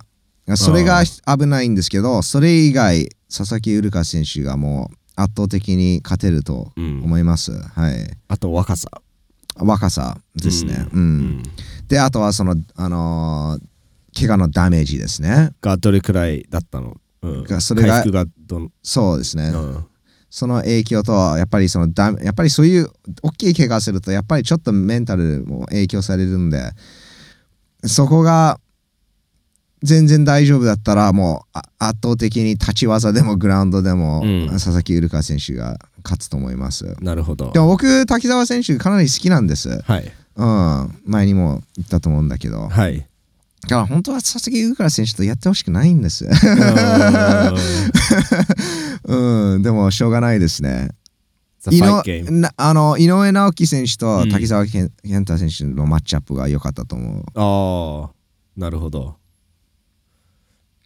S2: それが危ないんですけどそれ以外佐々木ウルカ選手がもう圧倒的に勝てると
S1: うん、
S2: 思います、はい
S1: あと若さ。
S2: 若さですね
S1: う
S2: うんであとはそのあのー怪我のダメージですね
S1: がどれくらいだったの、うん、
S2: がそれが
S1: 回復がどの、
S2: そうですね、
S1: うん
S2: その影響とやっぱりそのダメやっぱりそういう大きい怪我するとやっぱりちょっとメンタルも影響されるんでそこが全然大丈夫だったらもうあ圧倒的に立ち技でもグラウンドでも、
S1: うん
S2: 佐々木ウルカ選手が勝つと思います
S1: なるほど
S2: で。も僕滝沢選手かなり好きなんです
S1: はい。
S2: うん前にも言ったと思うんだけどだ
S1: はい。
S2: [laughs] から本当は佐々木ウルカ選手とやってほしくないんです [laughs] うんでもしょうがないですね
S1: ザ・ファイゲーム。
S2: なあの井上直樹選手と
S1: うん
S2: 滝沢健健太選手のマッチアップが良かったと思う。
S1: ああ、なるほど。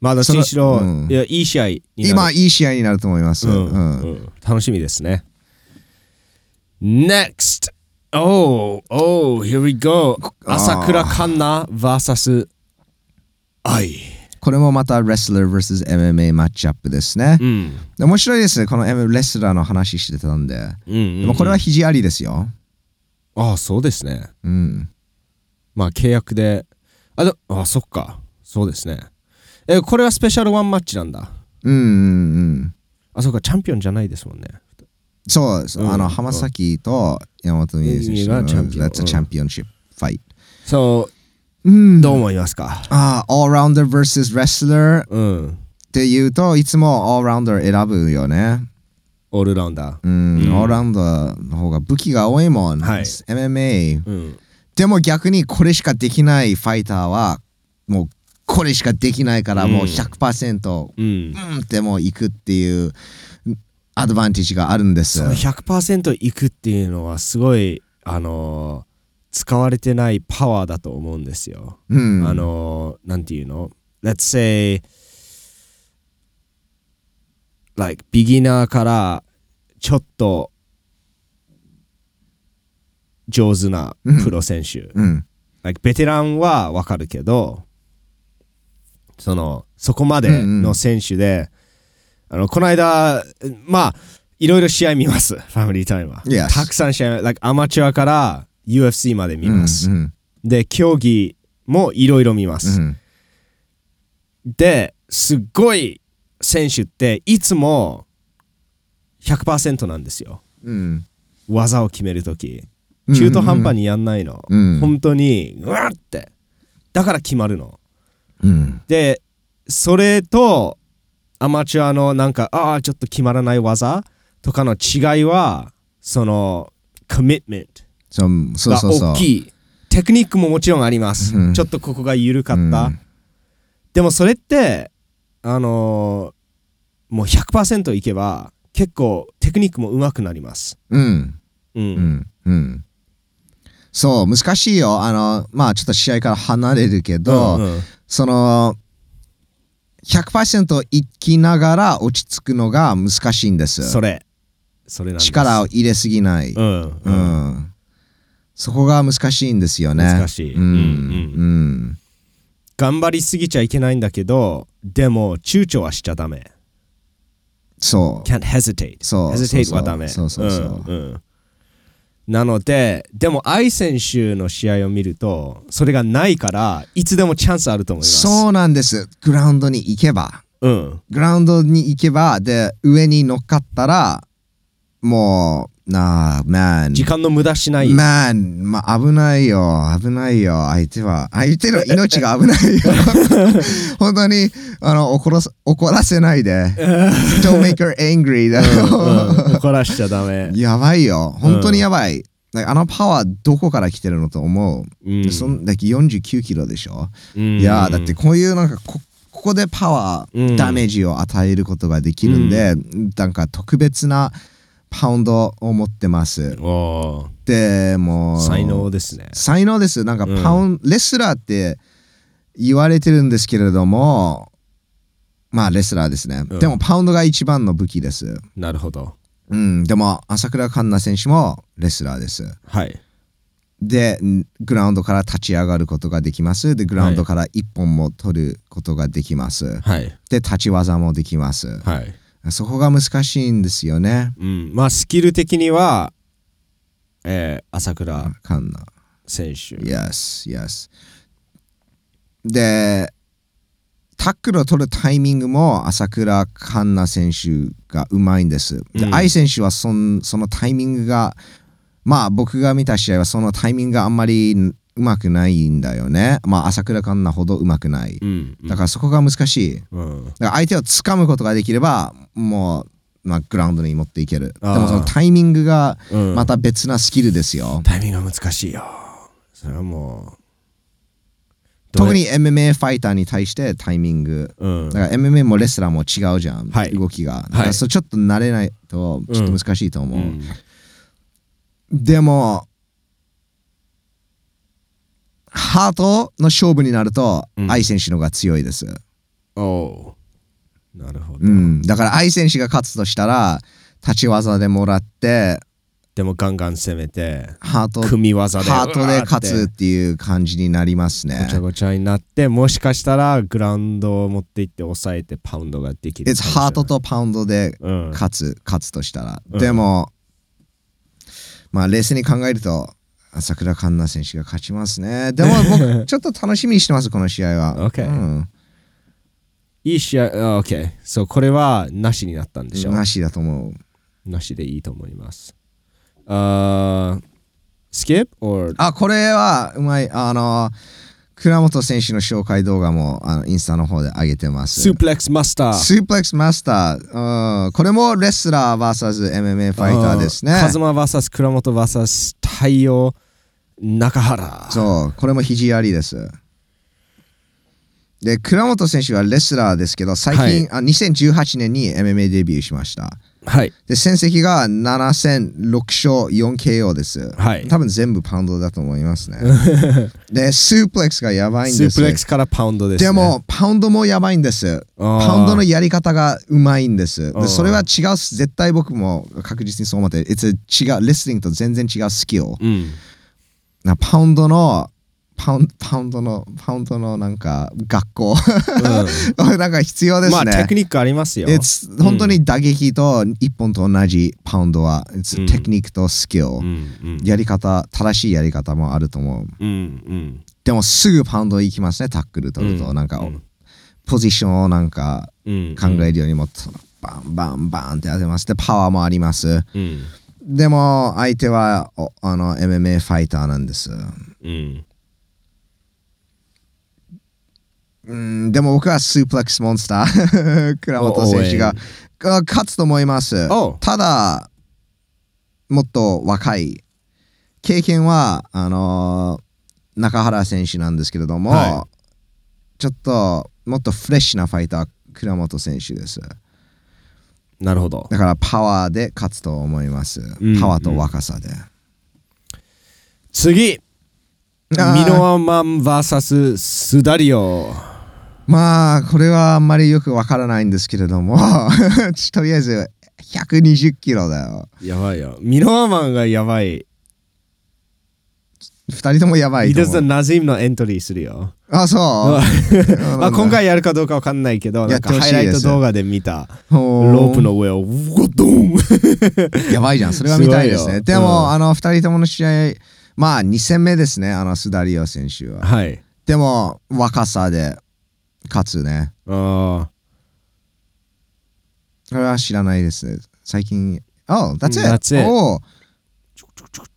S1: まだ
S2: その
S1: 新城、
S2: うん
S1: いや、いい試合になる
S2: 今、いい試合になると思います。
S1: う
S2: うん
S1: んうん楽しみですね。NEXT! Oh, oh, here we go!
S2: あー
S1: 朝倉環奈 VS 愛。
S2: これもまたレスラー vs MMA マッチアップですね
S1: う。ん。
S2: で面白いですね、この M レスラーの話してたんで。
S1: うんうんうん
S2: でもこれは肘ありですよ。
S1: ああ、そうですね。
S2: うん。
S1: まあ契約で。あ、であそっか。そうですね。え、これはスペシャルワンマッチなんだ。
S2: うんうんうん。
S1: あ、そっか、チャンピオンじゃないですもんね。
S2: そう、そう
S1: うん
S2: あの浜崎と山本美優選手の
S1: うんチャンピオン
S2: That's a championship fight。
S1: そう、
S2: うん
S1: どう思いますか
S2: ああ、オーラウンダー vs レスラーっ
S1: うん。
S2: て言うといつもオーラウンダー選ぶよね。
S1: オールラウンダー。
S2: うん、
S1: うん
S2: オールラウンダーの方が武器が多いもん、
S1: はい
S2: MMA
S1: うん。
S2: でも逆にこれしかできないファイターはもうこれしかできないからもう100%
S1: う。
S2: うんんってもういくっていうアドバンテージがあるんです
S1: その100%いくっていうのはすごい、あのー使われてないパワーだと思うんですよ。
S2: うん。
S1: あ、の、なんていうの ?Let's say, like, ビギナーからちょっと上手なプロ選手。
S2: うん。
S1: like ベテランはわかるけど、その、そこまでの選手で、あの、この間、まあ、いろいろ試合見ます、 [laughs] ファミリータイムは。
S2: Yes.
S1: たくさん試合、like アマチュアから UFC まで見ます。
S2: うん。うん
S1: で、競技もいろいろ見ま
S2: う
S1: す。
S2: ん。
S1: で、すっごい選手っていつも100%なんですよ。
S2: うん。
S1: 技を決めるとき。
S2: うん
S1: 中途半端にやんないの。
S2: うん
S1: 本当に、うわって。だから決まるの。
S2: うん。
S1: でそれとアマチュアのなんかああちょっと決まらない技とかの違いはそのコミットメン
S2: そう、
S1: ト
S2: そう
S1: が
S2: そうそう。
S1: 大きいテクニックももちろんあります、
S2: うん
S1: ちょっとここが緩かった、
S2: うん
S1: でもそれってあのーもう100%いけば結構テクニックも上手くなります
S2: うん。
S1: うん、
S2: うん。うん。そう、難しいよ。あの、まあ、ちょっと試合から離れるけど、
S1: うんうん
S2: その、100%いきながら落ち着くのが難しいんです。
S1: それそれなんです
S2: 力を入れすぎない。
S1: うんうん、
S2: うんそこが難しいんですよね。
S1: 難しい
S2: うん。うん。
S1: 頑張りすぎちゃいけないんだけどでも躊躇はしちゃダメ
S2: そう。
S1: can't hesitate
S2: そう
S1: hesitate
S2: そうそう
S1: はダメ
S2: そうそうそう
S1: うんうんなのででも愛選手の試合を見るとそれがないからいつでもチャンスあると思います
S2: そうなんです。グラウンドに行けば。
S1: う、ん、
S2: グラウンドに行けば、で、上に乗っかったら、もう、なあ、man。
S1: 時間の無駄しない、
S2: man、まあ、危ないよ。危ないよ。相手は。相手の命が危
S1: [laughs]
S2: ないよ。本当に、あの、怒らせ、怒らせないで。Don't make her angry. だよ。
S1: うん怒らしちゃダ
S2: [laughs]
S1: メ、
S2: やばいよ。本当にやばい。なんかあのパワーどこから来てるのと思う。
S1: うん
S2: そんだけ49キロでしょ、
S1: うん
S2: いやーだってこういうなんかこここでパワー、
S1: うん
S2: ダメージを与えることができるんで、なんか特別なパウンドを持ってます。
S1: お
S2: でも
S1: ー
S2: う
S1: 才能ですね
S2: 才能です。なんかパウン、レスラーって言われてるんですけれどもまあレスラーですね、
S1: うん
S2: でもパウンドが一番の武器です。
S1: なるほど
S2: うん、でも朝倉環奈選手もレスラーです。
S1: はい
S2: でんグラウンドから立ち上がることができますでグラウンドから一本も取ることができます、
S1: はい
S2: で立ち技もできます、
S1: はい
S2: そこが難しいんですよね
S1: うんまあスキル的にはえー朝倉
S2: カンナ
S1: 選手
S2: Yes Yes でタックルを取るタイミングも朝倉環奈選手がうまいんです、
S1: う
S2: で
S1: ん
S2: 愛選手はそんそのタイミングがまあ僕が見た試合はそのタイミングがあんまりうまくないんだよねまあ朝倉環奈ほどうまくない
S1: うん
S2: だからそこが難しい。だ
S1: うん
S2: から相手を掴むことができれば、もう、まあ、グラウンドに持っていける。で
S1: あー
S2: もそのタイミングが
S1: うん
S2: また別なスキルですよ。
S1: タイミングが難しいよそれはもう
S2: 特に MMA ファイターに対してタイミング。
S1: うん
S2: だから MMA もレスラーも違うじゃん、
S1: はい
S2: 動きが。だからそうちょっと慣れないとちょっと難しいと思う。
S1: うん
S2: でも、ハートの勝負になると、
S1: うん
S2: 愛選手の方が強いです。
S1: おうなるほど
S2: うん、だから愛選手が勝つとしたら立ち技でもらって
S1: でもガンガン攻めて
S2: ハート
S1: 組み技で
S2: ハート
S1: うわ
S2: で
S1: ーって
S2: 勝つっていう感じになりますね
S1: ごち。ゃごちゃになってもしかしたらグラウンドを持って行って抑えてパウンドができる
S2: It's ハートとパウンドで
S1: うん
S2: 勝つ、勝つとしたら。
S1: うん
S2: でも、まあ冷静に考えると、朝倉環奈選手が勝ちますね。でも僕、ちょっと楽しみにしてます、この試合は。
S1: [laughs] Okay
S2: うん
S1: いい試合あ OK そうこれはなしになったんでしょ
S2: なしだと思う。
S1: なしでいいと思いますあースキップ or
S2: あ、これはうまい。あの、倉本選手の紹介動画もあのインスタの方で上げてます。
S1: スープレックスマスター
S2: スープレックスマスター。うんこれもレスラー VSMMA ファイターですね
S1: あ。ーカズマ VS 倉本 VS 太陽中原。
S2: そう、これも肘ありです。で、倉本選手はレスラーですけど、最近、あ2018年に MMA デビューしました。
S1: はい。
S2: で、戦績が7戦6勝 4KO です。
S1: はい
S2: 多分全部パウンドだと思
S1: [laughs]
S2: いますね。で、スープレックスがやばいん
S1: ス
S2: で
S1: ー
S2: す。
S1: プレックスからパウンドです、ね。
S2: でも、パウンドもやばいんです。
S1: あー、
S2: パウンドのやり方がうまいんです。
S1: うん
S2: でそれは違う、絶対僕も確実にそう思ってる、It's a 違う、レスリングと全然違うスキル。 [laughs]
S1: うん。
S2: なパウンドの、パウンパウンドの、パウンドのなんか学校、 [laughs] なんか必要ですね。
S1: まあ、テクニックありますよ。
S2: It's 本当に打撃と一本と同じパウンドは、It's
S1: うん
S2: テクニックとスキル、
S1: うんうん
S2: やり方、正しいやり方もあると思う。
S1: うん
S2: でもすぐパウンド行きますね、タックル取ると。
S1: うん
S2: なんか、
S1: うん
S2: ポジションをなんか
S1: うん。
S2: 考えるよりも、バンバンバンって当てます。で、パワーもあります。
S1: うん。
S2: でも、相手はおあの MMA ファイターなんです。
S1: うん。
S2: うん、でも僕はスープレックスモンスター、 [laughs] 倉本選手がが勝つと思います。
S1: お
S2: ただ、もっと若い。経験は、あのー中原選手なんですけれども、
S1: は
S2: ちょっと、もっとフレッシュなファイター、倉本選手です。
S1: なるほど。
S2: だからパワーで勝つと思います。
S1: ん
S2: パワーと若さで。
S1: 次
S2: あー
S1: ミノアマン VS スダリオ。
S2: まあ、これはあんまりよくわからないんですけれども、 [laughs] とりあえず120キロだよ。
S1: やばいよ。ミノアマンがやばい。
S2: 二人ともやばい
S1: イ
S2: と
S1: ド
S2: 思
S1: ザ・
S2: う。
S1: ナジームのエントリーするよ。
S2: あ、そう。
S1: [laughs] まあ今回やるかどうかわかんないけど、な
S2: や
S1: ん
S2: って
S1: か
S2: ほしいで
S1: ハイ
S2: す
S1: ライト動画で見たロ
S2: ロ
S1: ープ。の上をウゴドーン
S2: やばいじゃん。それは見たいです
S1: すごい
S2: ね。
S1: よ
S2: で
S1: うん
S2: も、あの、二人ともの試合、まあ、2戦目ですね、あの、スダリオ選手は。
S1: はい。
S2: でも、若さで勝つね。
S1: [laughs] あ
S2: それは知らないですね。最近、Oh, that's it!
S1: That's it.
S2: お
S1: ー
S2: う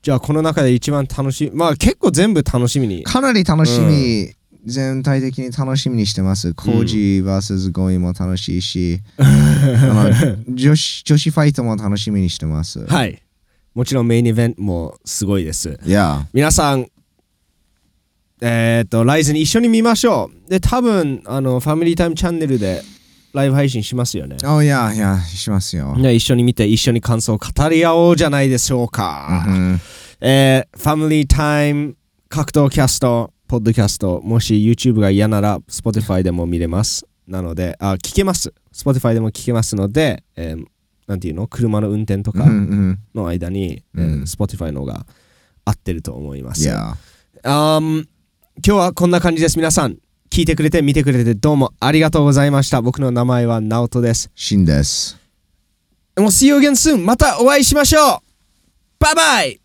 S1: じゃあこの中で一番楽しみ。まあ結構全部楽しみに。
S2: かなり楽しみ、全体的に楽しみにしてます。コージー VS ゴイも楽し
S1: [laughs]
S2: いし、あの女子女子ファイトも楽しみにしてます。
S1: はい。もちろんメインイベントもすごいです。
S2: いや、
S1: 皆さん、えっ、と、ライズに一緒に見ましょう。で、多分、あの、ファミリータイムチャンネルでライブ配信しますよね。
S2: おいやいや、しますよ。
S1: じゃあ一緒に見て、一緒に感想を語り合おうじゃないでしょうか。
S2: うん
S1: えー、ファミリータイム格闘キャスト、ポッドキャスト、もし YouTube が嫌なら Spotify でも見れます。なので、あ、聞けます。Spotify でも聞けますので、えーなんていうの車の運転と
S2: うん
S1: か
S2: うん。
S1: の間に、え
S2: う
S1: ー
S2: ん
S1: Spotify の方が合ってると思いま
S2: い
S1: す。
S2: や。
S1: あーん今日はこんな感じです。皆さん、聞いてくれて、見てくれて、どうもありがとうございました。僕の名前はナオトです。
S2: シンです。
S1: もう、See you again soon! またお会いしましょうバイバイ